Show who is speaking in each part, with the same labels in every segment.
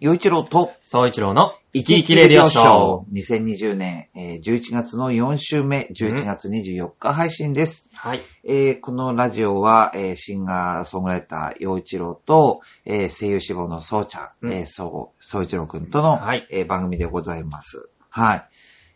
Speaker 1: 洋一郎と、
Speaker 2: 総一郎の生き生きレディオショー。
Speaker 1: 2020年、えー11月の4週目、11月24日配信です。
Speaker 2: はい。
Speaker 1: えーこのラジオは、えーシンガーソングライター洋一郎と、えー声優志望のそうちゃん、
Speaker 2: うん
Speaker 1: えーそう、そう一郎くんとの、
Speaker 2: はい
Speaker 1: えー番組でございます。は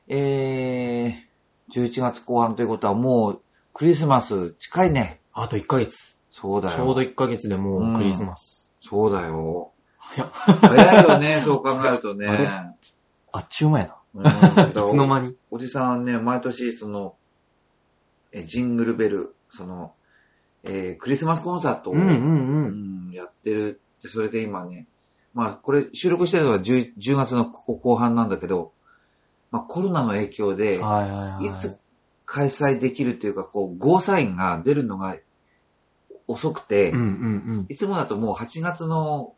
Speaker 1: い。えー、11月後半ということはもう、クリスマス近いね。
Speaker 2: あと1ヶ月。
Speaker 1: そうだよ。
Speaker 2: ちょうど1ヶ月でもうクリスマス。
Speaker 1: そうだよ。
Speaker 2: 早っ
Speaker 1: 早いよね、そう考えると
Speaker 2: あれ
Speaker 1: ね。
Speaker 2: あっちゅうまや
Speaker 1: うん
Speaker 2: な。 いつの間に。
Speaker 1: おじさんね、毎年、その、え、ジングルベル、その、えークリスマスコンサートを、
Speaker 2: うんう
Speaker 1: うん
Speaker 2: う
Speaker 1: ん
Speaker 2: ん。
Speaker 1: やってるって、それで今ね、まあ、これ、収録してるのは 10, 10月のここ後半なんだけど、まあ、コロナの影響で、
Speaker 2: はいはい
Speaker 1: い
Speaker 2: はい。
Speaker 1: つ開催できるというか、こう、ゴーサインが出るのが遅くて、
Speaker 2: うんうん
Speaker 1: いつもだともう8月の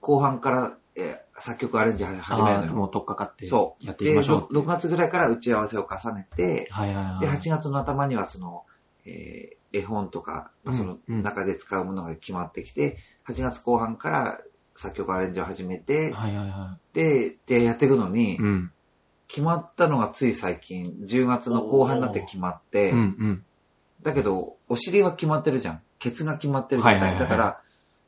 Speaker 1: 後半から、えー作曲アレンジ
Speaker 2: うん。
Speaker 1: 始める
Speaker 2: あ
Speaker 1: の
Speaker 2: ー
Speaker 1: よ。
Speaker 2: もう取っかかって
Speaker 1: そう。
Speaker 2: やっていきましょう。
Speaker 1: で、6月ぐらいから打ち合わせを重ねて、
Speaker 2: はいはいはい。
Speaker 1: で、8月の頭にはその、えー絵本とか、まあその
Speaker 2: うんうん
Speaker 1: 中で使うものが決まってきて、8月後半から作曲アレンジを始めて、
Speaker 2: はいはいは
Speaker 1: で、で、やっていくのに
Speaker 2: い。う、ん。
Speaker 1: 決まったのがつい最近、10月の後半になって決まっ
Speaker 2: う
Speaker 1: て、
Speaker 2: ん
Speaker 1: だけど、お尻は決まってるじゃん。ケツが決まってるじゃん。
Speaker 2: はいはいはい
Speaker 1: だから、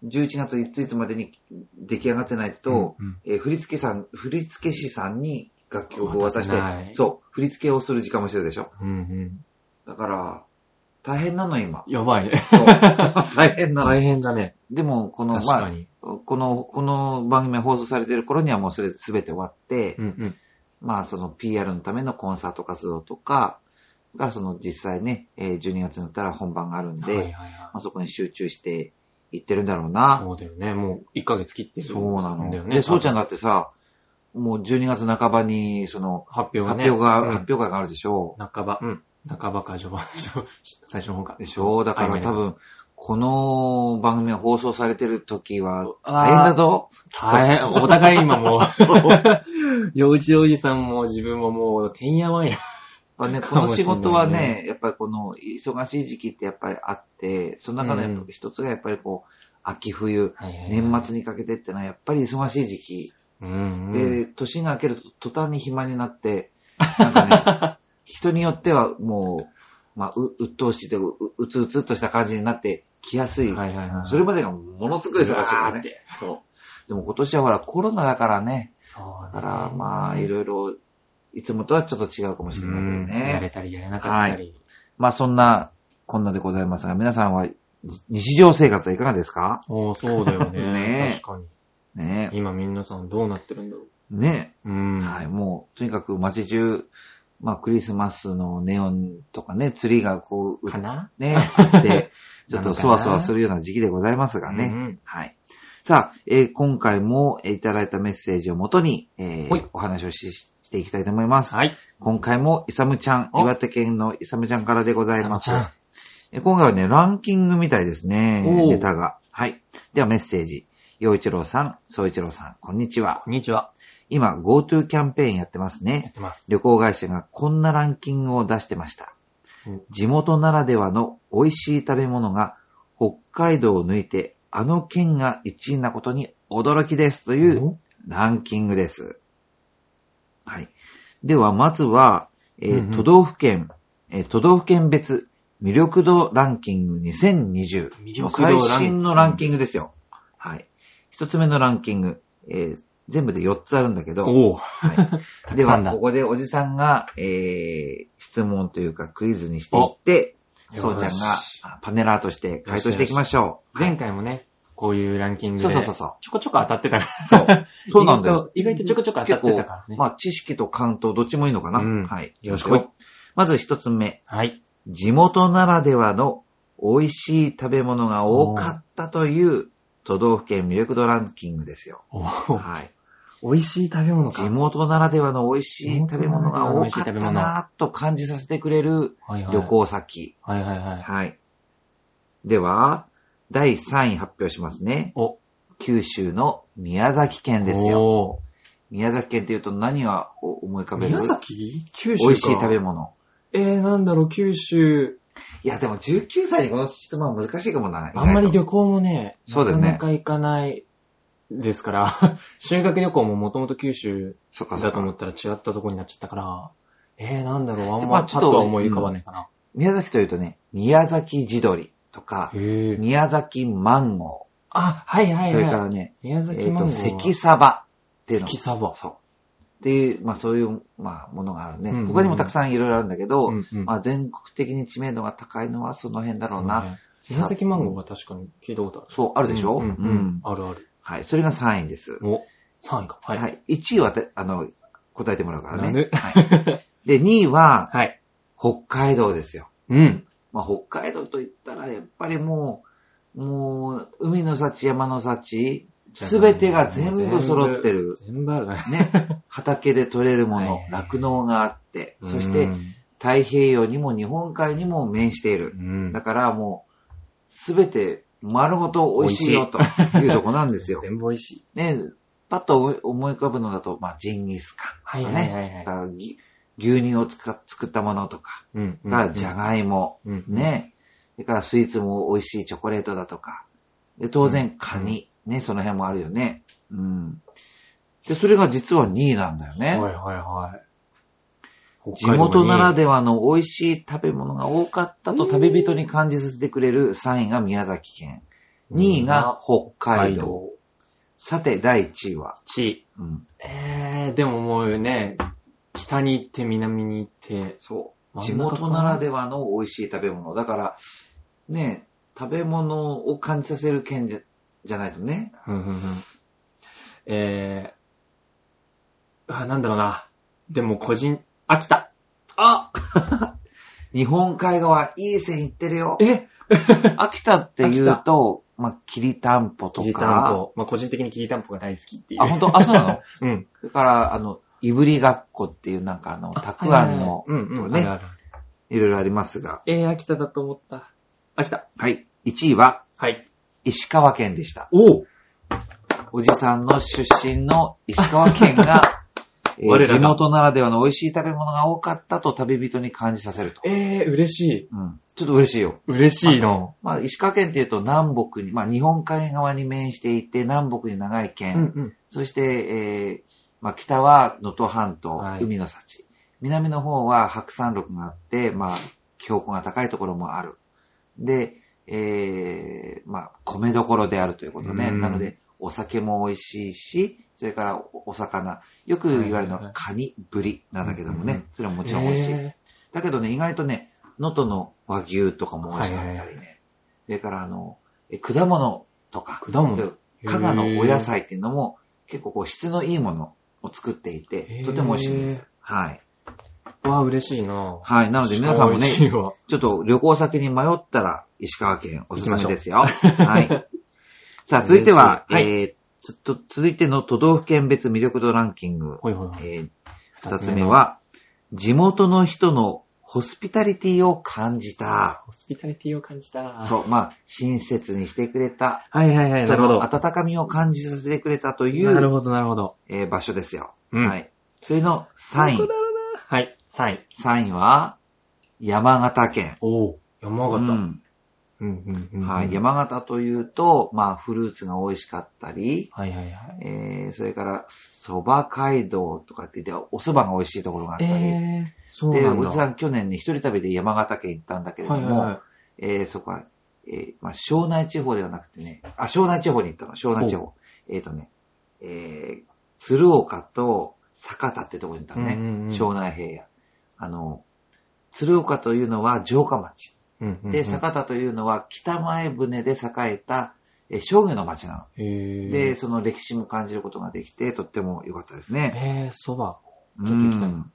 Speaker 1: 11月いついつまでに出来上がってない
Speaker 2: うん。
Speaker 1: と、
Speaker 2: うんうん、
Speaker 1: えー振付さん、振付師さんに楽曲を渡して
Speaker 2: 渡せない、
Speaker 1: そう、振り付けをする時間もしてるでしょ。
Speaker 2: うんうん。
Speaker 1: だから、大変なの 今。
Speaker 2: やばいね。
Speaker 1: そう 大変なの。
Speaker 2: 変だね。
Speaker 1: でも、この、
Speaker 2: 確
Speaker 1: ま
Speaker 2: か
Speaker 1: あ、
Speaker 2: に。
Speaker 1: この、この番組が放送されてる頃にはもうそれ全て終わって、
Speaker 2: うんうん。
Speaker 1: まあ、その PR のためのコンサート活動とか、が、その実際ね、えー12月になったら本番があるんで、
Speaker 2: はいはいは
Speaker 1: まあ、そこに集中していってるんだろう
Speaker 2: い。
Speaker 1: な。
Speaker 2: そうだよね。もう1ヶ月切ってる。
Speaker 1: そうなの。
Speaker 2: だよね。
Speaker 1: で、そうちゃん
Speaker 2: ん
Speaker 1: だってさ、もう12月半ばに、その、
Speaker 2: 発表が
Speaker 1: 発
Speaker 2: ね。
Speaker 1: 表が、
Speaker 2: うん
Speaker 1: 発表会があるでしょ
Speaker 2: 半ば、うん。半ばか序盤 でしょ。最初の方か。
Speaker 1: でしょだから多分、この番組が放送されてる時は、大変
Speaker 2: あ
Speaker 1: だ
Speaker 2: あ、
Speaker 1: ぞ。
Speaker 2: 大変。お互い 今もう、幼児おじさんも自分ももう、てんやわんや。
Speaker 1: まあね、こ
Speaker 2: か
Speaker 1: の
Speaker 2: もし
Speaker 1: 仕
Speaker 2: れないね
Speaker 1: 事はね、やっぱりこの忙しい時期ってやっぱりあって、その中で
Speaker 2: うん
Speaker 1: 一つがやっぱりこう、秋冬、年末にかけてってのはやっぱり忙しい時期。
Speaker 2: 末。うん、うん。
Speaker 1: で、年が明けると途端に暇にな って、なんかね、人によってはもう、まあ、う、鬱陶しいというかう、ううつうつっとした感じになってきやすい。
Speaker 2: はいはいはい。
Speaker 1: それまでがものすごい忙しいから
Speaker 2: うわーっ
Speaker 1: ね。
Speaker 2: て
Speaker 1: そう。でも今年はほら、コロナだからね。
Speaker 2: そう
Speaker 1: だか
Speaker 2: ね。
Speaker 1: ら、まあ、いろいろ、いつもとはちょっと違うかもしれないけど
Speaker 2: うんやれ
Speaker 1: ね。
Speaker 2: たりやれなかったり。
Speaker 1: まあ、そんな、こんなでございますが、皆さんは、日常生活はいかがですか
Speaker 2: おーそうだ よ
Speaker 1: ね
Speaker 2: ね。確かに。
Speaker 1: ね
Speaker 2: 今皆さんどうなってるんだろ
Speaker 1: ね
Speaker 2: う。うん。
Speaker 1: はい、もう、とにかく街中、まあ、クリスマスのネオンとかね、ツリーがこう、
Speaker 2: かな
Speaker 1: ね、あって、ちょっと
Speaker 2: なのかな
Speaker 1: そわそわするような時期でございますがね。
Speaker 2: うん
Speaker 1: はい。さあ、えー今回もえーいただいたメッセージをもとに、えー
Speaker 2: はい
Speaker 1: お話をししていきたいと思います。
Speaker 2: はい。
Speaker 1: 今回もイサムちゃん、
Speaker 2: お
Speaker 1: 岩手県のイサムちゃんからでございます
Speaker 2: さ。ん
Speaker 1: えー今回はね、ランキングみたいですね
Speaker 2: お。ー
Speaker 1: ネタが。はい。ではメッセージ。洋一郎さん、総一郎さん、こんにちは。
Speaker 2: こんにちは。
Speaker 1: 今、GoTo キャンペーンやってます
Speaker 2: やっ
Speaker 1: ね。
Speaker 2: てます。
Speaker 1: 旅行会社がこんなランキングを出してました。
Speaker 2: うん
Speaker 1: 地元ならではの美味しい食べ物が北海道を抜いてあの県が1位なことに驚きですというランキングです。はい。では、まずは、えー
Speaker 2: うんうん
Speaker 1: 都道府県、えー都道府県別魅力度ランキング2020
Speaker 2: 魅
Speaker 1: の
Speaker 2: 力度ラン
Speaker 1: 最
Speaker 2: キン
Speaker 1: 新
Speaker 2: グ
Speaker 1: のランキングですよ。はい。一つ目のランキング、えー全部で4つあるんだけど、
Speaker 2: おー
Speaker 1: はい、で
Speaker 2: たくさ
Speaker 1: は、
Speaker 2: んだ
Speaker 1: ここでおじさんが、えー、質問というかクイズにしていって、
Speaker 2: お
Speaker 1: そうちゃん
Speaker 2: よ
Speaker 1: が
Speaker 2: し
Speaker 1: あパネラーとして回答していきましょう。
Speaker 2: 前回もね、こういうランキングで。
Speaker 1: そうそうそうそ
Speaker 2: ちょこちょこ当たってたから。
Speaker 1: う。そう。そうなんだよ。
Speaker 2: 意外と意外とちょこちょこ当たってたからね。
Speaker 1: まあ、知識と関東どっちもいいのかな。
Speaker 2: うん
Speaker 1: はい。
Speaker 2: よろしく来い
Speaker 1: まず一つ目。
Speaker 2: はい。
Speaker 1: 地元ならではの美味しい食べ物が多かったという都道府県魅力度ランキングですよ。
Speaker 2: お
Speaker 1: はい。
Speaker 2: 美味しい食べ物か。
Speaker 1: 地元ならではの美味しい食べ物が多かったなぁと感じさせてくれる
Speaker 2: はいはい
Speaker 1: 旅。行先。
Speaker 2: はいはいはい。
Speaker 1: はい。では、第3位発表しますね。
Speaker 2: お、
Speaker 1: 九州の宮崎県ですよ。
Speaker 2: よ。
Speaker 1: 宮崎県って言うと何が思い浮かべる
Speaker 2: 宮崎九州か
Speaker 1: 美味しい食べ物。
Speaker 2: えー、なんだろう、九州。
Speaker 1: いや、でも19歳にこの質問は難しいかもな。
Speaker 2: あんまり
Speaker 1: 意外と
Speaker 2: 旅行もね、
Speaker 1: そうだよね
Speaker 2: なかなか行かない。ですから、 修学旅行ももともと九州
Speaker 1: そっかそ
Speaker 2: だ
Speaker 1: っ
Speaker 2: と思
Speaker 1: か。
Speaker 2: ったら違ったとこになっちゃったから、えー、なんだろう、あん
Speaker 1: まあ
Speaker 2: ま
Speaker 1: ちょっ
Speaker 2: パッ
Speaker 1: と
Speaker 2: とは思い浮かばないかな。
Speaker 1: 宮崎というとね、宮崎地鶏とか、
Speaker 2: へえ。
Speaker 1: 宮崎マンゴ
Speaker 2: あ、はい
Speaker 1: ー、
Speaker 2: はいはい。
Speaker 1: それからね、
Speaker 2: 宮
Speaker 1: えっ、
Speaker 2: 崎マンゴ
Speaker 1: と、
Speaker 2: ー。
Speaker 1: 関サバっていうの。
Speaker 2: 関サバ。
Speaker 1: そう。っていう、まあそういう、まあものがあるね。
Speaker 2: うんうんうん
Speaker 1: 他にもたくさんいろいろあるんだけど、
Speaker 2: うんうん
Speaker 1: まあ全国的に知名度が高いのはその辺だろう
Speaker 2: そう
Speaker 1: な。
Speaker 2: ね宮崎マンゴー
Speaker 1: ー
Speaker 2: は確かに聞いたことある。
Speaker 1: そう、あ
Speaker 2: あ
Speaker 1: るでしょ
Speaker 2: うんうんうん。あるある。
Speaker 1: はい。それが3位です。
Speaker 2: お、3位か。は。
Speaker 1: はいい。1位はて、あの、答えてもらうから
Speaker 2: なん
Speaker 1: ね。
Speaker 2: で
Speaker 1: で、2位は、
Speaker 2: はい。
Speaker 1: 北海道ですよ。
Speaker 2: うん。
Speaker 1: まあ、北海道といったら、やっぱりもう、もう、海の幸、山の幸、すべてが全部揃ってる。
Speaker 2: 全部あるね。
Speaker 1: ね。畑で取れるもの
Speaker 2: は、い
Speaker 1: 酪農があって、 そし
Speaker 2: う
Speaker 1: て
Speaker 2: ん
Speaker 1: 太平洋にも日本海にも面している
Speaker 2: う。ん
Speaker 1: だ。からもう、すべて丸ごと美味しいよというとこなんですよ。
Speaker 2: 全部美味しい。
Speaker 1: ね、パッと思い思い浮かぶのだと、まあ、ジンギスカ
Speaker 2: は
Speaker 1: ン
Speaker 2: い
Speaker 1: とか
Speaker 2: はい
Speaker 1: ね。
Speaker 2: はいは
Speaker 1: あ
Speaker 2: い。
Speaker 1: ぎ牛乳を使っ作ったものとか、
Speaker 2: うん
Speaker 1: だからじゃがいも、
Speaker 2: うん
Speaker 1: ね。それからスイーツも美味しいチョコレートだとか。で、当然カニ、ね、その辺もあるよね。うん。で、それが実は2位なんだよ
Speaker 2: はい
Speaker 1: ね。
Speaker 2: はいはい。
Speaker 1: 地元なら
Speaker 2: で
Speaker 1: ではの美味しい食べ物が多かったと旅人に感じさせてくれる3位が宮崎県。2位が北海道。。さて、第1位は、
Speaker 2: 地。
Speaker 1: うん、
Speaker 2: えー、でももうね、北に行って南に行って、
Speaker 1: そう。地
Speaker 2: 真ん中か
Speaker 1: 元ならではの美味しい食べ物。だから、ね、食べ物を感じさせる県じゃじゃないとね。
Speaker 2: うんうんうんえー、あ、なんだろうな。でも個人、秋田。
Speaker 1: あ 日本海側、いい線いってるよ。
Speaker 2: え
Speaker 1: 秋田って言うと、まあ、きりたんぽと
Speaker 2: き
Speaker 1: か。
Speaker 2: りたんぽ。まあ、個人的にきりたんぽが大好きっていう。
Speaker 1: あ、本当あ、そうなの
Speaker 2: うん。
Speaker 1: それから、あの、いぶりがっこっていうなんかあの、たくあんの、
Speaker 2: うんうん。
Speaker 1: ね
Speaker 2: あるある
Speaker 1: いろいろありますが。
Speaker 2: えー、秋田だと思った。秋田。
Speaker 1: はい。1位は、
Speaker 2: はい。
Speaker 1: 石川県でした。
Speaker 2: おう
Speaker 1: おじさんの出身の石川県 が、えー
Speaker 2: 我らが
Speaker 1: 地元ならではの美味しい食べ物が多かったと旅人に感じさせると。
Speaker 2: えー、嬉しい。
Speaker 1: うん。ちょっと嬉しいよ。
Speaker 2: 嬉しいの。
Speaker 1: まあ、石川県っていうと南北に、まあ、日本海側に面していて、南北に長い県、
Speaker 2: うん。
Speaker 1: そして、えーまあ、北は能登半島、
Speaker 2: はい
Speaker 1: 海の幸。南の方は白山麓があって、まあ、標高が高いところもある。で、えーまあ、米どころであるということね。
Speaker 2: うん
Speaker 1: なので、お酒も美味しいし、それからおお魚。よく言われるのはカニ、ブリなんだけども
Speaker 2: うんうん
Speaker 1: ね。それももちろん美味しい。
Speaker 2: え
Speaker 1: だけどね、意外とね、能登の和牛とかも美味しかった
Speaker 2: は
Speaker 1: りね。それから、あの、え果物とか、
Speaker 2: ー果物。
Speaker 1: 加賀のお野菜っていうのも結構こう質のいいものを作ってい
Speaker 2: へ
Speaker 1: て、
Speaker 2: ー
Speaker 1: とても美味しいんですよ。はい。
Speaker 2: へー。わあ、嬉しいな。
Speaker 1: はい。なので皆さんもね、
Speaker 2: 嬉しいわ
Speaker 1: ちょっと旅行先に迷ったら石川県おすすめですよ。 はい。さあ、続いては、
Speaker 2: 嬉しい
Speaker 1: えー、ちょっと続いての都道府県別魅力度ランキング、
Speaker 2: ほいほいほい。
Speaker 1: えー、二つ目、は、地元の人のホスピタリティを感じた。
Speaker 2: ホスピタリティを感じた。
Speaker 1: そう、まあ、親切にしてくれた、
Speaker 2: はいはいはい、な
Speaker 1: 人
Speaker 2: るほど
Speaker 1: の。温かみを感じさせてくれたとい
Speaker 2: なる
Speaker 1: う、
Speaker 2: ほど、なるほど。
Speaker 1: えー場所ですよ。
Speaker 2: うん。
Speaker 1: はい。それの3位。
Speaker 2: はい、3位。
Speaker 1: 3位は、山形県。
Speaker 2: おお山形。うん、うん、うん。
Speaker 1: はい。山形というと、まあ、フルーツが美味しかったり、
Speaker 2: はいはいはい。
Speaker 1: えー、それから、蕎麦街道とかって言って、お蕎麦が美味しいところがあったり、
Speaker 2: えー、そう
Speaker 1: で、
Speaker 2: なんだ。
Speaker 1: おじさん去年に一人旅で山形県行ったんだけれど
Speaker 2: はいはい
Speaker 1: も、
Speaker 2: はい。
Speaker 1: えー、そこは、えー、まあ、庄内地方ではなくてね、あ、庄内地方に行ったの、庄内地方。えっ、とね、えー、鶴岡と酒田ってところに行ったのね、
Speaker 2: うんうんうん
Speaker 1: 庄内平野。あの、鶴岡というのは城下町。
Speaker 2: うんうんうん
Speaker 1: で、酒田というのは北前船で栄えた、えー商業の町な
Speaker 2: え
Speaker 1: の。
Speaker 2: ー、
Speaker 1: で、、その歴史も感じることができて、とっても良かったですね。
Speaker 2: えー、蕎麦。
Speaker 1: う
Speaker 2: ちょっと行きたい
Speaker 1: ん。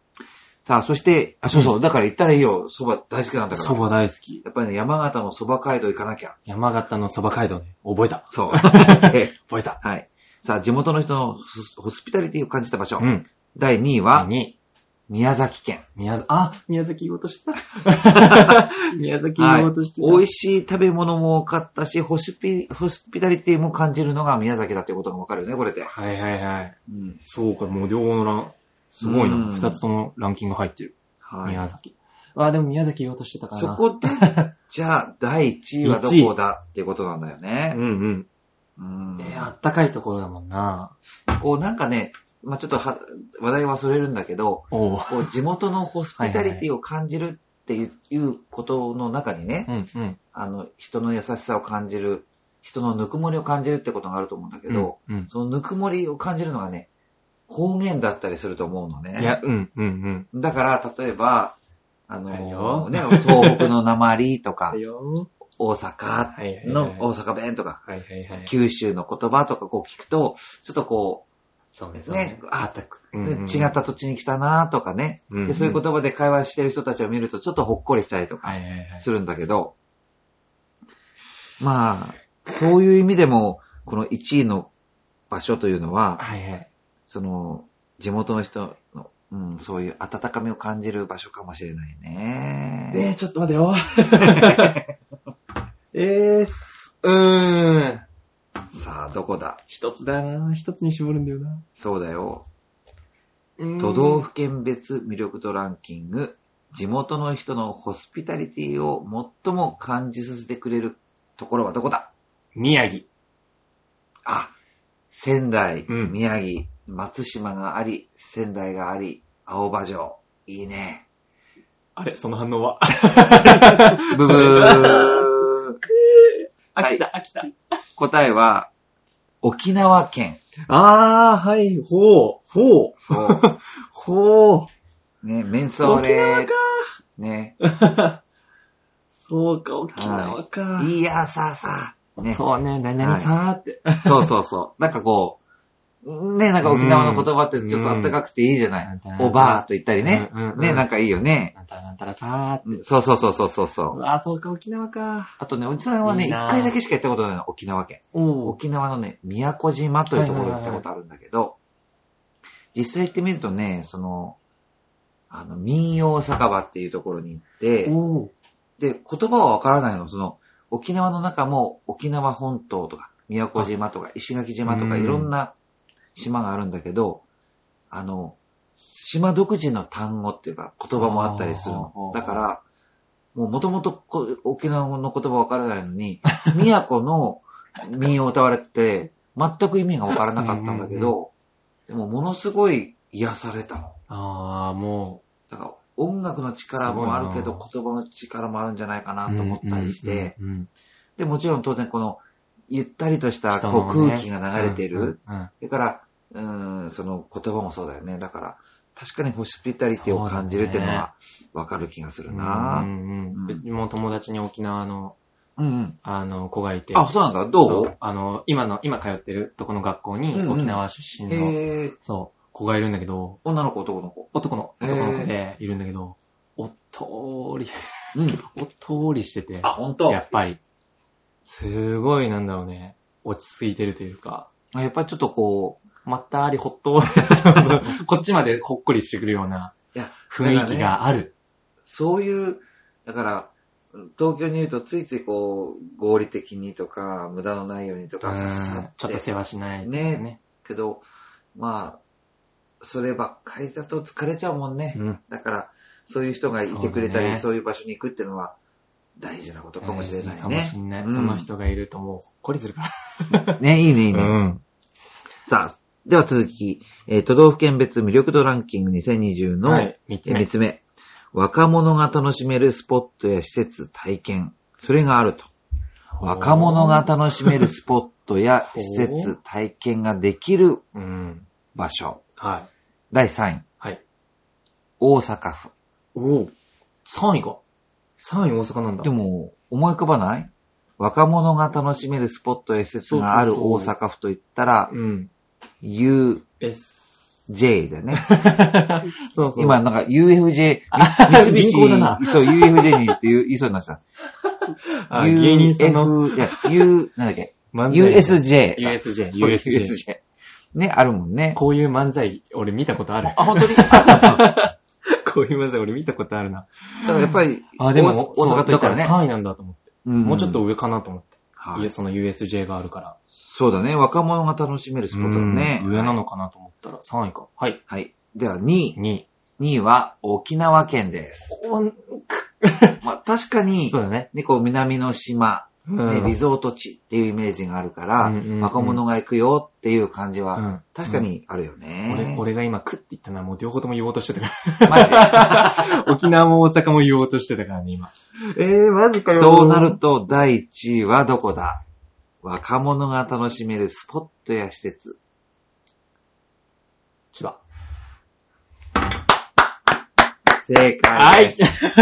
Speaker 1: さあ、そして、あ、そうそう、だから行ったらいいよ、蕎麦大好きなんだから。
Speaker 2: 蕎麦大好き。
Speaker 1: やっぱりね、山形の蕎麦街道行かなきゃ。
Speaker 2: 山形の蕎麦街道ね。覚えた。
Speaker 1: そう。
Speaker 2: 覚えた。
Speaker 1: はい。さあ、地元の人のホスホスピタリティを感じた場所。
Speaker 2: うん。
Speaker 1: 第2位
Speaker 2: 第
Speaker 1: は、
Speaker 2: 2位。
Speaker 1: 宮崎県。
Speaker 2: 宮崎、あ、宮崎言おうとした。宮崎
Speaker 1: はい
Speaker 2: 言おうとしてた。
Speaker 1: 美味
Speaker 2: し
Speaker 1: しい食べ物も多かったし、ホスピ、ホスピタリティも感じるのが宮崎だってことがわかるよね、これで。
Speaker 2: はいはいはい。
Speaker 1: うん。
Speaker 2: そうか、もう両方のラン、すご
Speaker 1: う
Speaker 2: い
Speaker 1: ん
Speaker 2: な。二つともランキング入ってる。
Speaker 1: はい。
Speaker 2: 宮崎。あ、でも宮崎言おうとしてたから
Speaker 1: そ
Speaker 2: な。
Speaker 1: こで、じゃあ、第1位はどこだっていうことなんだよ
Speaker 2: う
Speaker 1: ね。
Speaker 2: んうん。
Speaker 1: うん
Speaker 2: えーあったかいところだもんな。
Speaker 1: こうなんかね、まあ、ちょっとは話題はそれるんだけど、
Speaker 2: おう。
Speaker 1: こう地元のホスピタリティを感じるっていういうことの中にね、
Speaker 2: うんうん。
Speaker 1: あの、人の優しさを感じる、人のぬくもりを感じるってことがあると思うんだけど、
Speaker 2: うん、
Speaker 1: そのぬくもりを感じるのがね、方言だったりすると思うのね。
Speaker 2: いや、うんうんうん。
Speaker 1: だから、例えば、あ
Speaker 2: はい
Speaker 1: の、
Speaker 2: よ
Speaker 1: ね、東北の鉛とか
Speaker 2: は、よ。
Speaker 1: 大阪
Speaker 2: はいはい
Speaker 1: の
Speaker 2: はい。
Speaker 1: 大阪弁とか、
Speaker 2: はいはいはい。
Speaker 1: 九州の言葉とかこう聞くと、ちょっとこ
Speaker 2: そうです
Speaker 1: う、ね
Speaker 2: ね。、
Speaker 1: あた
Speaker 2: うん
Speaker 1: ね
Speaker 2: うん
Speaker 1: 違った土地に来たなとかね、
Speaker 2: うんう
Speaker 1: で、
Speaker 2: ん
Speaker 1: そういう言葉で会話してる人たちを見るとちょっとほっこりしたりと
Speaker 2: は
Speaker 1: か
Speaker 2: いはいはい。
Speaker 1: するんだけど、まあ、そういう意味でも、この1位の場所というのは、
Speaker 2: はいはい。
Speaker 1: その、地元の人の、うん、そういう温かみを感じる場所かもしれないね。
Speaker 2: えー、ちょっと待てよ。えー、うーん。
Speaker 1: さあ、どこだ
Speaker 2: 一つだな。一つに絞るんだよな。
Speaker 1: そうだよ。
Speaker 2: うーん
Speaker 1: 都道府県別魅力度ランキング、地元の人のホスピタリティを最も感じさせてくれるところはどこだ
Speaker 2: 宮城。
Speaker 1: あ、仙台、
Speaker 2: うん
Speaker 1: 宮城、松島があり、仙台があり、青葉城。いい ね。
Speaker 2: あれ、その反応は。
Speaker 1: ブブー。
Speaker 2: あ、
Speaker 1: はい
Speaker 2: 来た、あ、来た。
Speaker 1: 答えは、沖縄県。
Speaker 2: あー、はい、ほう、ほう、
Speaker 1: そう。
Speaker 2: ほう。
Speaker 1: ね、メンソー
Speaker 2: 沖
Speaker 1: レ
Speaker 2: 縄
Speaker 1: ー
Speaker 2: か。。
Speaker 1: ね、
Speaker 2: そうか、沖縄か。
Speaker 1: いいやさあさあ。ね、
Speaker 2: そうね、何々さーって。
Speaker 1: そうそうそう。なんかこう、ね、なんか沖縄の言葉ってちょっとあったかくていいじゃない。
Speaker 2: うん
Speaker 1: おばあと言ったりね。
Speaker 2: うんうんうん
Speaker 1: ね、なんかいいよね。
Speaker 2: なんたらなんたらさーって。
Speaker 1: そうそうそうそうそうそう。
Speaker 2: あ、そうか、沖縄か。
Speaker 1: あとね、おじさんはね、
Speaker 2: いい
Speaker 1: 一
Speaker 2: な
Speaker 1: 回だけしか行ったことないの、沖縄県。
Speaker 2: お
Speaker 1: 沖縄のね、宮古島というところ行ったことあるんだけど、実際行ってみるとね、その、あの、民謡酒場っていうところに行って、
Speaker 2: おう
Speaker 1: で、言葉はわからないの。その、沖縄の中も沖縄本島とか、宮古島とか、石垣島とか、
Speaker 2: うん
Speaker 1: いろんな島があるんだけど、あの、島独自の単語っていうか、言葉もあったりするの。
Speaker 2: あー
Speaker 1: だから、もうもともと沖縄の言葉わからないのに、 宮古の民謡を歌われてて、全く意味がわからなかったんだけど、でもものすごい癒されたの。
Speaker 2: あー、も
Speaker 1: だから音楽の力もあるけ
Speaker 2: すごい
Speaker 1: ど
Speaker 2: な
Speaker 1: 言葉の力もあるんじゃないか
Speaker 2: う。
Speaker 1: なと思ったりして、
Speaker 2: うん、うんうん
Speaker 1: で、もちろん当然このゆったりとした
Speaker 2: 人
Speaker 1: こ
Speaker 2: の
Speaker 1: う
Speaker 2: ね
Speaker 1: 空気が流れている。。
Speaker 2: うんうんうん
Speaker 1: それから、うーん、その言葉もそうだよね。だから、確かにホスピタリティを感じるっていうのはわかる気がする
Speaker 2: う
Speaker 1: な、
Speaker 2: んうんう
Speaker 1: うん
Speaker 2: ん。うちも友達に沖縄の、
Speaker 1: うん、うん。
Speaker 2: あの、子がいて。
Speaker 1: あ、そうなんだ。ど
Speaker 2: そうあの、今の、今通ってるとこの学校
Speaker 1: うん
Speaker 2: に、
Speaker 1: うん
Speaker 2: 沖縄出身
Speaker 1: え
Speaker 2: の、
Speaker 1: ー、
Speaker 2: そう、子がいるんだけど、
Speaker 1: 女の子、男の子。
Speaker 2: 男の、男の子でいるんだけど、おっとーり、
Speaker 1: うん。
Speaker 2: おっとーりしてて、
Speaker 1: あ、本当
Speaker 2: や
Speaker 1: や
Speaker 2: っぱり、すごいなんだろうね、落ち着いてるというか、
Speaker 1: っぱりちょっとこ
Speaker 2: まったーりほっとーり、 こっちまでほっこりしてくるような
Speaker 1: う、いや、
Speaker 2: 雰囲気がある。
Speaker 1: そういう、だから、東京にいるとついついこう、合理的にとか、無駄のないようにと
Speaker 2: う
Speaker 1: か、
Speaker 2: ん
Speaker 1: さささ
Speaker 2: ちょっと世話しないとかね。
Speaker 1: けど、まあ、そればっかりだと疲れちゃうもんね。
Speaker 2: うん
Speaker 1: だから、そういう人がいてくれたり、
Speaker 2: そう
Speaker 1: そう,、
Speaker 2: ね
Speaker 1: いう場所に行くっていうのは、大事なことかもしれないね。
Speaker 2: かもしれない。
Speaker 1: うん
Speaker 2: その人がいるともうほっこりするから。
Speaker 1: ね、いいね、いいね。
Speaker 2: ん。
Speaker 1: さあ、では続き、えー都道府県別魅力度ランキング2020の、
Speaker 2: はい、三つ
Speaker 1: えー
Speaker 2: 目
Speaker 1: 三。つ目、若者が楽しめるスポットや施設、体験、それがあると。若者が楽しめるスポットや施
Speaker 2: ほ
Speaker 1: 設、体験ができる
Speaker 2: うん。
Speaker 1: 場所。
Speaker 2: はい。
Speaker 1: 第3位、
Speaker 2: はい。
Speaker 1: 大阪府。
Speaker 2: おお。3位か。3位大阪なんだ。
Speaker 1: でも、思い浮かばない若者が楽しめるスポットや施設がある大阪府と言ったら、
Speaker 2: うん。
Speaker 1: UJ
Speaker 2: S。
Speaker 1: だよね。
Speaker 2: そうそう。
Speaker 1: 今、なんか UFJ、三菱
Speaker 2: 銀行だな
Speaker 1: に、そう、UFJ にって言う言いそうになっちゃう。
Speaker 2: あ芸人さんの
Speaker 1: UF いや、U、なんだっけ、
Speaker 2: 漫才
Speaker 1: USJ。
Speaker 2: USJ
Speaker 1: そう
Speaker 2: USJ
Speaker 1: ね、あるもんね。
Speaker 2: こういう漫才、俺見たことある。
Speaker 1: あ、本当にあ
Speaker 2: こういう漫才、俺見たことあるな。
Speaker 1: だからやっぱり、
Speaker 2: あ、でも、
Speaker 1: 大
Speaker 2: そう
Speaker 1: 大阪とい
Speaker 2: だ
Speaker 1: った
Speaker 2: からら
Speaker 1: ね、
Speaker 2: 3位なんだと思って。も
Speaker 1: も
Speaker 2: うちょっと、上かなと思って。
Speaker 1: はい
Speaker 2: や、
Speaker 1: い
Speaker 2: その USJ があるから。
Speaker 1: そうだね、若者が楽しめるスポットだね。
Speaker 2: うん上なのかなと思ったら、3位か。はい。
Speaker 1: はい。では2位。
Speaker 2: 2位。
Speaker 1: 2位は沖縄県です。
Speaker 2: おん
Speaker 1: まあ確かに
Speaker 2: そ、うだね。
Speaker 1: ね、こう南の島、ね
Speaker 2: うん
Speaker 1: リゾート地っていうイメージがあるから、
Speaker 2: うんうんうん
Speaker 1: 若者が行くよっていう感じ
Speaker 2: う
Speaker 1: は、
Speaker 2: ん
Speaker 1: 確かにあるよね。
Speaker 2: 俺、俺が今、クって言ったのはもう両方とも言おうとしてたか
Speaker 1: マジで
Speaker 2: ら。 沖縄も大阪も言おうとしてたからね、今。えー、マジか
Speaker 1: そうなると、第1位はどこだ若者が楽しめるスポットや施設。
Speaker 2: 千葉。
Speaker 1: 正解
Speaker 2: は
Speaker 1: です。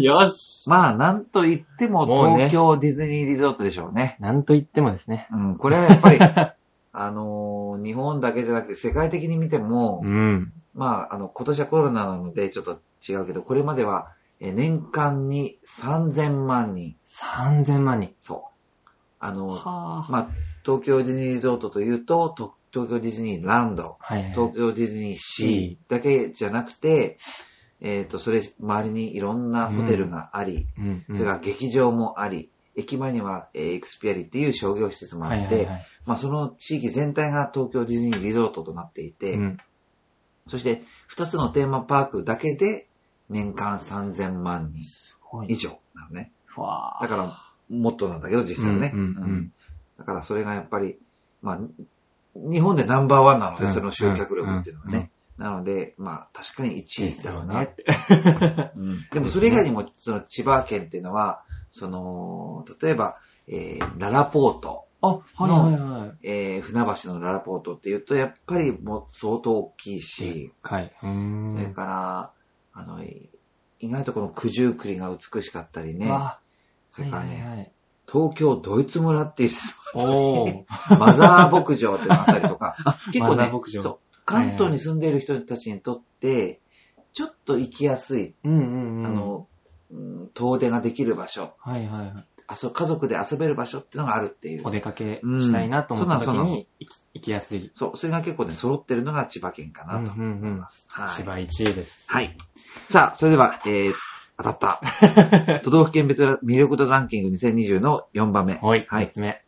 Speaker 2: い。よし。
Speaker 1: まあ、なんと言っても
Speaker 2: もうね
Speaker 1: 東京ディズニーリゾートでしょうね。
Speaker 2: なんと言ってもですね。
Speaker 1: うん、これはやっ ぱり、あのー日本だけじゃなくて世界的に見ても、
Speaker 2: うん。
Speaker 1: まあ、あの、今年はコロナなのでちょっと違うけど、これまでは、え年間に3000万人。
Speaker 2: 3000万人。
Speaker 1: そう。あのー
Speaker 2: は
Speaker 1: まあ、東京ディズニーリゾートというと、と東京ディズニーランド。
Speaker 2: はいはい。
Speaker 1: 東京ディズニーシーだけじゃなくて、えっ、と、それ周りにいろんなホテルがあり、
Speaker 2: うんうん
Speaker 1: それから劇場もあり、駅前には、えーエクスピアリっていう商業施設もあ
Speaker 2: はい
Speaker 1: っ
Speaker 2: は
Speaker 1: て、
Speaker 2: いはい。
Speaker 1: まあその地域全体が東京ディズニーリゾートとなっていて、
Speaker 2: うん
Speaker 1: そして2つのテーマパークだけで年間3000万人
Speaker 2: すごい
Speaker 1: 以。上なのね。
Speaker 2: ふわ
Speaker 1: だから、もっとなんだけど実際はね、
Speaker 2: うんうんうん
Speaker 1: うんだからそれがやっぱり、まあ、日本でナンバーワンなので、
Speaker 2: うん
Speaker 1: その集客力っていうのは
Speaker 2: うんうん
Speaker 1: ね。なので、まあ、確かに1
Speaker 2: で
Speaker 1: 位
Speaker 2: す
Speaker 1: だろ
Speaker 2: よ
Speaker 1: うな
Speaker 2: ね。。
Speaker 1: うんでもそれ以外にも、その千葉県っていうのは、その、例えば、えー、ララポート。
Speaker 2: あ、はい
Speaker 1: はい
Speaker 2: はい。
Speaker 1: えー、船橋のララポートっていうと、やっぱりもう相当大きいし、
Speaker 2: はい。うー
Speaker 1: それ
Speaker 2: ん。
Speaker 1: から、あの、い意外とこの九十九里が美しかったりね、
Speaker 2: わ
Speaker 1: それからね、
Speaker 2: い。
Speaker 1: 東京ドイツ村っていう施設
Speaker 2: お ー。
Speaker 1: マザー牧場っていうのがあったりと か、結構
Speaker 2: マザ
Speaker 1: ね
Speaker 2: ー牧場
Speaker 1: そう、関東に住んでいる人たちにとって、ちょっと行きやすい、
Speaker 2: うんうんうん。
Speaker 1: あ、の、うん遠出ができる場所、
Speaker 2: はいはいはい。
Speaker 1: あそう家族で遊べる場所っていうのがあるっていう
Speaker 2: お。出かけしたいなと思った時
Speaker 1: うんそうなのそうな
Speaker 2: に、行き行きやすい。
Speaker 1: そう、それが結構ね、揃ってるのが千葉県か
Speaker 2: うん
Speaker 1: なと
Speaker 2: う
Speaker 1: 思い
Speaker 2: んうん。
Speaker 1: ます。はい
Speaker 2: 千葉1位です。
Speaker 1: はい。さあ、それでは、えー、当た った。都道府県別魅力度ランキング2020の4番目。
Speaker 2: はい。
Speaker 1: はい
Speaker 2: 3つ目。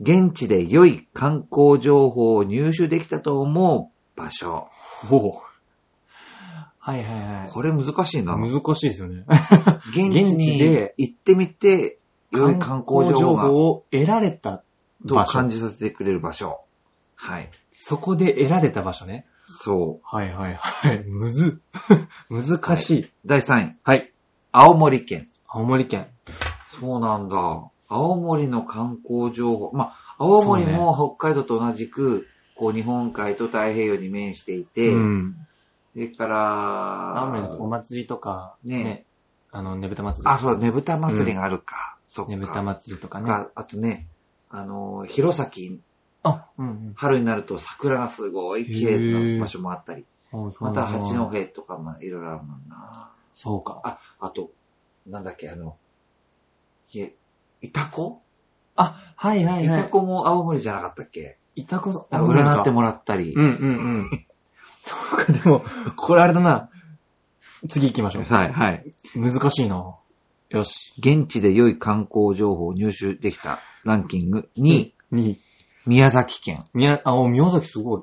Speaker 1: 現地で良い観光情報を入手できたと思う場所。
Speaker 2: ほはいはいはい。
Speaker 1: これ難しいな。
Speaker 2: 難しいですよね。
Speaker 1: 現地
Speaker 2: 現地
Speaker 1: に
Speaker 2: で
Speaker 1: 行ってみて、良い観光情報が
Speaker 2: を得られた
Speaker 1: どう
Speaker 2: 場所
Speaker 1: 感。じさせてくれる場所。はい。
Speaker 2: そこで得られた場所ね。
Speaker 1: そ
Speaker 2: はいはいはい。 むずっ。 難しい。
Speaker 1: う。第3位、
Speaker 2: はい。
Speaker 1: 青森県。
Speaker 2: 青森県。
Speaker 1: そうなんだ。青森の観光情報。まあ、青森も北海道と同じく、こう日本海と太平洋に面していて、
Speaker 2: うん。
Speaker 1: それか
Speaker 2: 青森だとお
Speaker 1: ら、
Speaker 2: 祭りとか、
Speaker 1: ね
Speaker 2: ね。あの、ねぶた祭り。
Speaker 1: あ、そうだ、ねぶた祭りがあるか。そっか。
Speaker 2: ねぶた祭りとかね。
Speaker 1: ああとね、あの、弘前、
Speaker 2: あ、うん
Speaker 1: 春になると桜がすごい綺麗な場所もあったり、
Speaker 2: うん。
Speaker 1: また八戸とかもいろいろあるもんな。
Speaker 2: そうか。
Speaker 1: あ、あと、なんだっけ、あの、いえ、イタコ
Speaker 2: あ、はいはい
Speaker 1: イ
Speaker 2: は
Speaker 1: タ
Speaker 2: い。
Speaker 1: コも青森じゃなかったっけ
Speaker 2: いたこ、
Speaker 1: なんか占ってもらったり
Speaker 2: う。んうんうん。そうか、でも、これあれだな。次行きましょう。
Speaker 1: はい、はい。
Speaker 2: 難しいな。よし。
Speaker 1: 現地で良い観光情報を入手できたランキング2位、
Speaker 2: 2位。
Speaker 1: 宮崎県。
Speaker 2: 宮、あ、お宮崎すごい。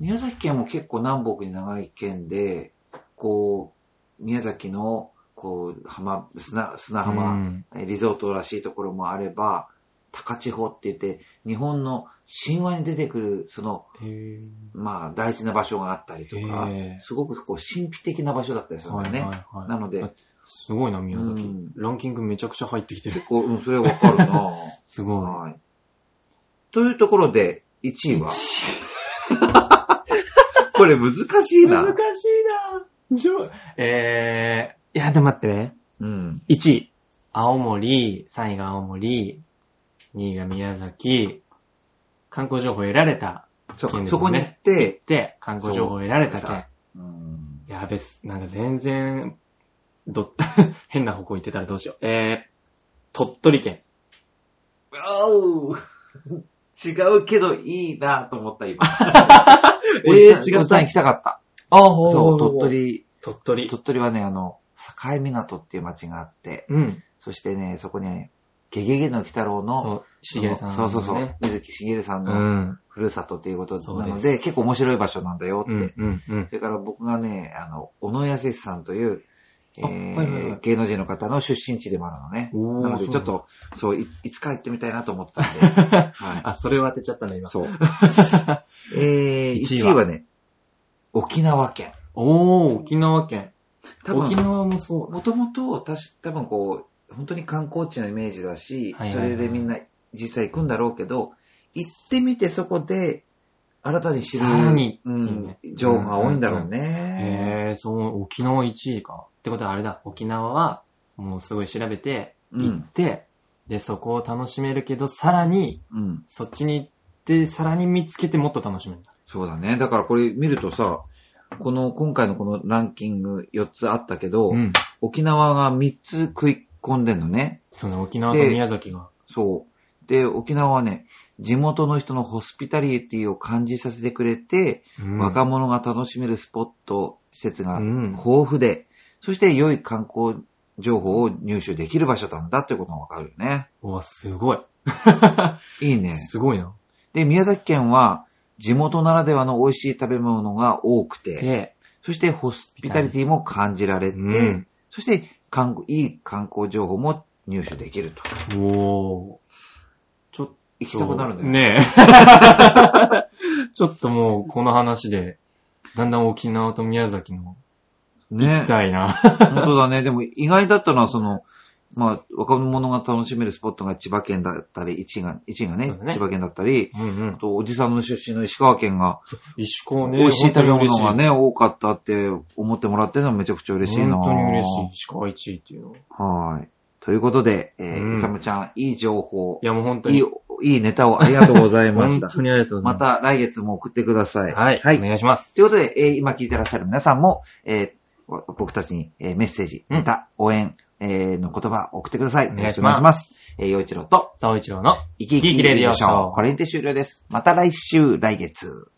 Speaker 1: 宮崎県も結構南北に長い県で、こう、宮崎の、こう、浜、砂、砂浜、
Speaker 2: うん
Speaker 1: えーリゾートらしいところもあれば、高千穂って言って、日本の神話に出てくる、その、
Speaker 2: へー
Speaker 1: まあ、大事な場所があったりとか
Speaker 2: へー、
Speaker 1: すごくこう、神秘的な場所だったりするんだ
Speaker 2: は
Speaker 1: よ
Speaker 2: い
Speaker 1: ね。
Speaker 2: はいはい。
Speaker 1: なので
Speaker 2: あ、すごいな、宮
Speaker 1: う
Speaker 2: 崎
Speaker 1: ん。
Speaker 2: ランキングめちゃくちゃ入ってきて る。
Speaker 1: 結構、うん、それはわかるな
Speaker 2: すごい。
Speaker 1: はい。というところで、1位は、これ難しいな。
Speaker 2: しいな。えー、いや、でも待ってね。
Speaker 1: うん。
Speaker 2: 1位、青森、3位が青森、2位が宮崎、観光情報得られた。
Speaker 1: そう
Speaker 2: いいですね
Speaker 1: そこに行って、
Speaker 2: で、観光情報得られた
Speaker 1: そう
Speaker 2: 件。
Speaker 1: うん
Speaker 2: やべっす。なんか全然、ど、 変な方向行ってたらどうしよう。えー、鳥取県。
Speaker 1: おう違うけどいいなと思った今。
Speaker 2: えー
Speaker 1: おじ
Speaker 2: 違
Speaker 1: さん
Speaker 2: う
Speaker 1: おじさん行きたかった。
Speaker 2: あ、
Speaker 1: そう、鳥。取、
Speaker 2: 鳥取。
Speaker 1: 鳥取はね、あの、境港っていう町があって、
Speaker 2: うん。
Speaker 1: そしてね、そこにはね、ゲゲゲの鬼太郎の、
Speaker 2: そう、しげるさん、ね。
Speaker 1: そうそうそう、水木しげるさん
Speaker 2: う
Speaker 1: の
Speaker 2: ん。
Speaker 1: ふるさとということ
Speaker 2: そう
Speaker 1: な
Speaker 2: です
Speaker 1: ので、結構面白い場所なんだよって。
Speaker 2: うん。うん。うん。
Speaker 1: それから僕がね、あの、小野康さんという、え
Speaker 2: あはいはい
Speaker 1: ー
Speaker 2: はい
Speaker 1: 芸能人の方の出身地でもあるのね。
Speaker 2: おー
Speaker 1: なのでちょっと、そう、いいつか行ってみたいなと思ったんで。 はい。
Speaker 2: あ、それを当てちゃったね、今。
Speaker 1: そう。 えー、
Speaker 2: 一
Speaker 1: 1
Speaker 2: 位
Speaker 1: 位
Speaker 2: は
Speaker 1: はね、沖縄県。
Speaker 2: おー、沖縄県。
Speaker 1: 多分
Speaker 2: 沖縄もそうだ。
Speaker 1: もともと、たし多分こう、本当に観光地のイメージだし、
Speaker 2: はいはい
Speaker 1: そ
Speaker 2: はい
Speaker 1: れでみんな実際行くんだろうけど、行ってみてそこで、新たに知る、
Speaker 2: さらに
Speaker 1: う
Speaker 2: いい
Speaker 1: ん
Speaker 2: ね、
Speaker 1: 情報が多いんだろうね。
Speaker 2: へえ、そう、沖縄1位か。ってことはあれだ、沖縄は、もうすごい調べて、
Speaker 1: うん
Speaker 2: 行って、で、そこを楽しめるけど、さらに、
Speaker 1: うん。
Speaker 2: そっちに行って、さらに見つけてもっと楽しめるんだ。
Speaker 1: そうだね。だからこれ見るとさ、この、今回のこのランキング4つあったけど、
Speaker 2: うん。
Speaker 1: 沖縄が3つ食い込んでんのね。
Speaker 2: その沖縄と宮崎が。
Speaker 1: そう。で、沖縄はね、地元の人のホスピタリティを感じさせてくれて、
Speaker 2: うん
Speaker 1: 若者が楽しめるスポット、施設が
Speaker 2: うん
Speaker 1: 豊富で、そして良い観光情報を入手できる場所なんだってことがわかるよね。
Speaker 2: うわ、すごい。
Speaker 1: いいね。
Speaker 2: すごいな。
Speaker 1: で、宮崎県は地元ならではの美味しい食べ物が多くて、
Speaker 2: で、
Speaker 1: そしてホスピタリティも感じられて、
Speaker 2: うん
Speaker 1: そして観光いい観光情報も入手できると。
Speaker 2: おー。ちょっと。
Speaker 1: 行きたくなるんだよね。
Speaker 2: ねえ。 ちょっともう、この話で、だんだん沖縄と宮崎の行
Speaker 1: ね
Speaker 2: きたいな。
Speaker 1: 本当だね。でも意外だったのは、その、まあ、若者が楽しめるスポットが千葉県だったり、1位が、1位がね
Speaker 2: そうだね
Speaker 1: 千葉県だったり、
Speaker 2: うんう
Speaker 1: あ
Speaker 2: ん。
Speaker 1: と、おじさんの出身の石川県が、
Speaker 2: 石川ね。
Speaker 1: 美味しい食べ物
Speaker 2: 本当
Speaker 1: が
Speaker 2: に嬉しい。
Speaker 1: ね、多かったって思ってもらってるのはめちゃくちゃ嬉しいな
Speaker 2: 本当に嬉しい。石川1位っていうのは。い
Speaker 1: はい。ということで、えー
Speaker 2: うん
Speaker 1: いさむちゃん、いい情報、
Speaker 2: やもう本当
Speaker 1: い
Speaker 2: に
Speaker 1: い。、いいネタをありがとうございま
Speaker 2: 本
Speaker 1: した。
Speaker 2: 当にありがとうござい
Speaker 1: ま
Speaker 2: ます。
Speaker 1: た来月も送ってください。
Speaker 2: はい。
Speaker 1: はい
Speaker 2: お。願いします。
Speaker 1: ということで、えー今聞いてらっしゃる皆さんも、えーわ僕たちに、えーメッセージ、
Speaker 2: うん
Speaker 1: また応援、えーの言葉を送ってください。
Speaker 2: お
Speaker 1: よ
Speaker 2: 願
Speaker 1: ろ
Speaker 2: い
Speaker 1: しく
Speaker 2: し
Speaker 1: お
Speaker 2: ます
Speaker 1: 願いします。えー、洋一郎と、
Speaker 2: 沢一郎の
Speaker 1: 生き生
Speaker 2: 生き生
Speaker 1: き
Speaker 2: きレ
Speaker 1: レ
Speaker 2: デ
Speaker 1: デ
Speaker 2: ィ
Speaker 1: ィ
Speaker 2: オ
Speaker 1: オ
Speaker 2: シ
Speaker 1: シ
Speaker 2: ョー
Speaker 1: ョー。これにて終了です。また来週、来月。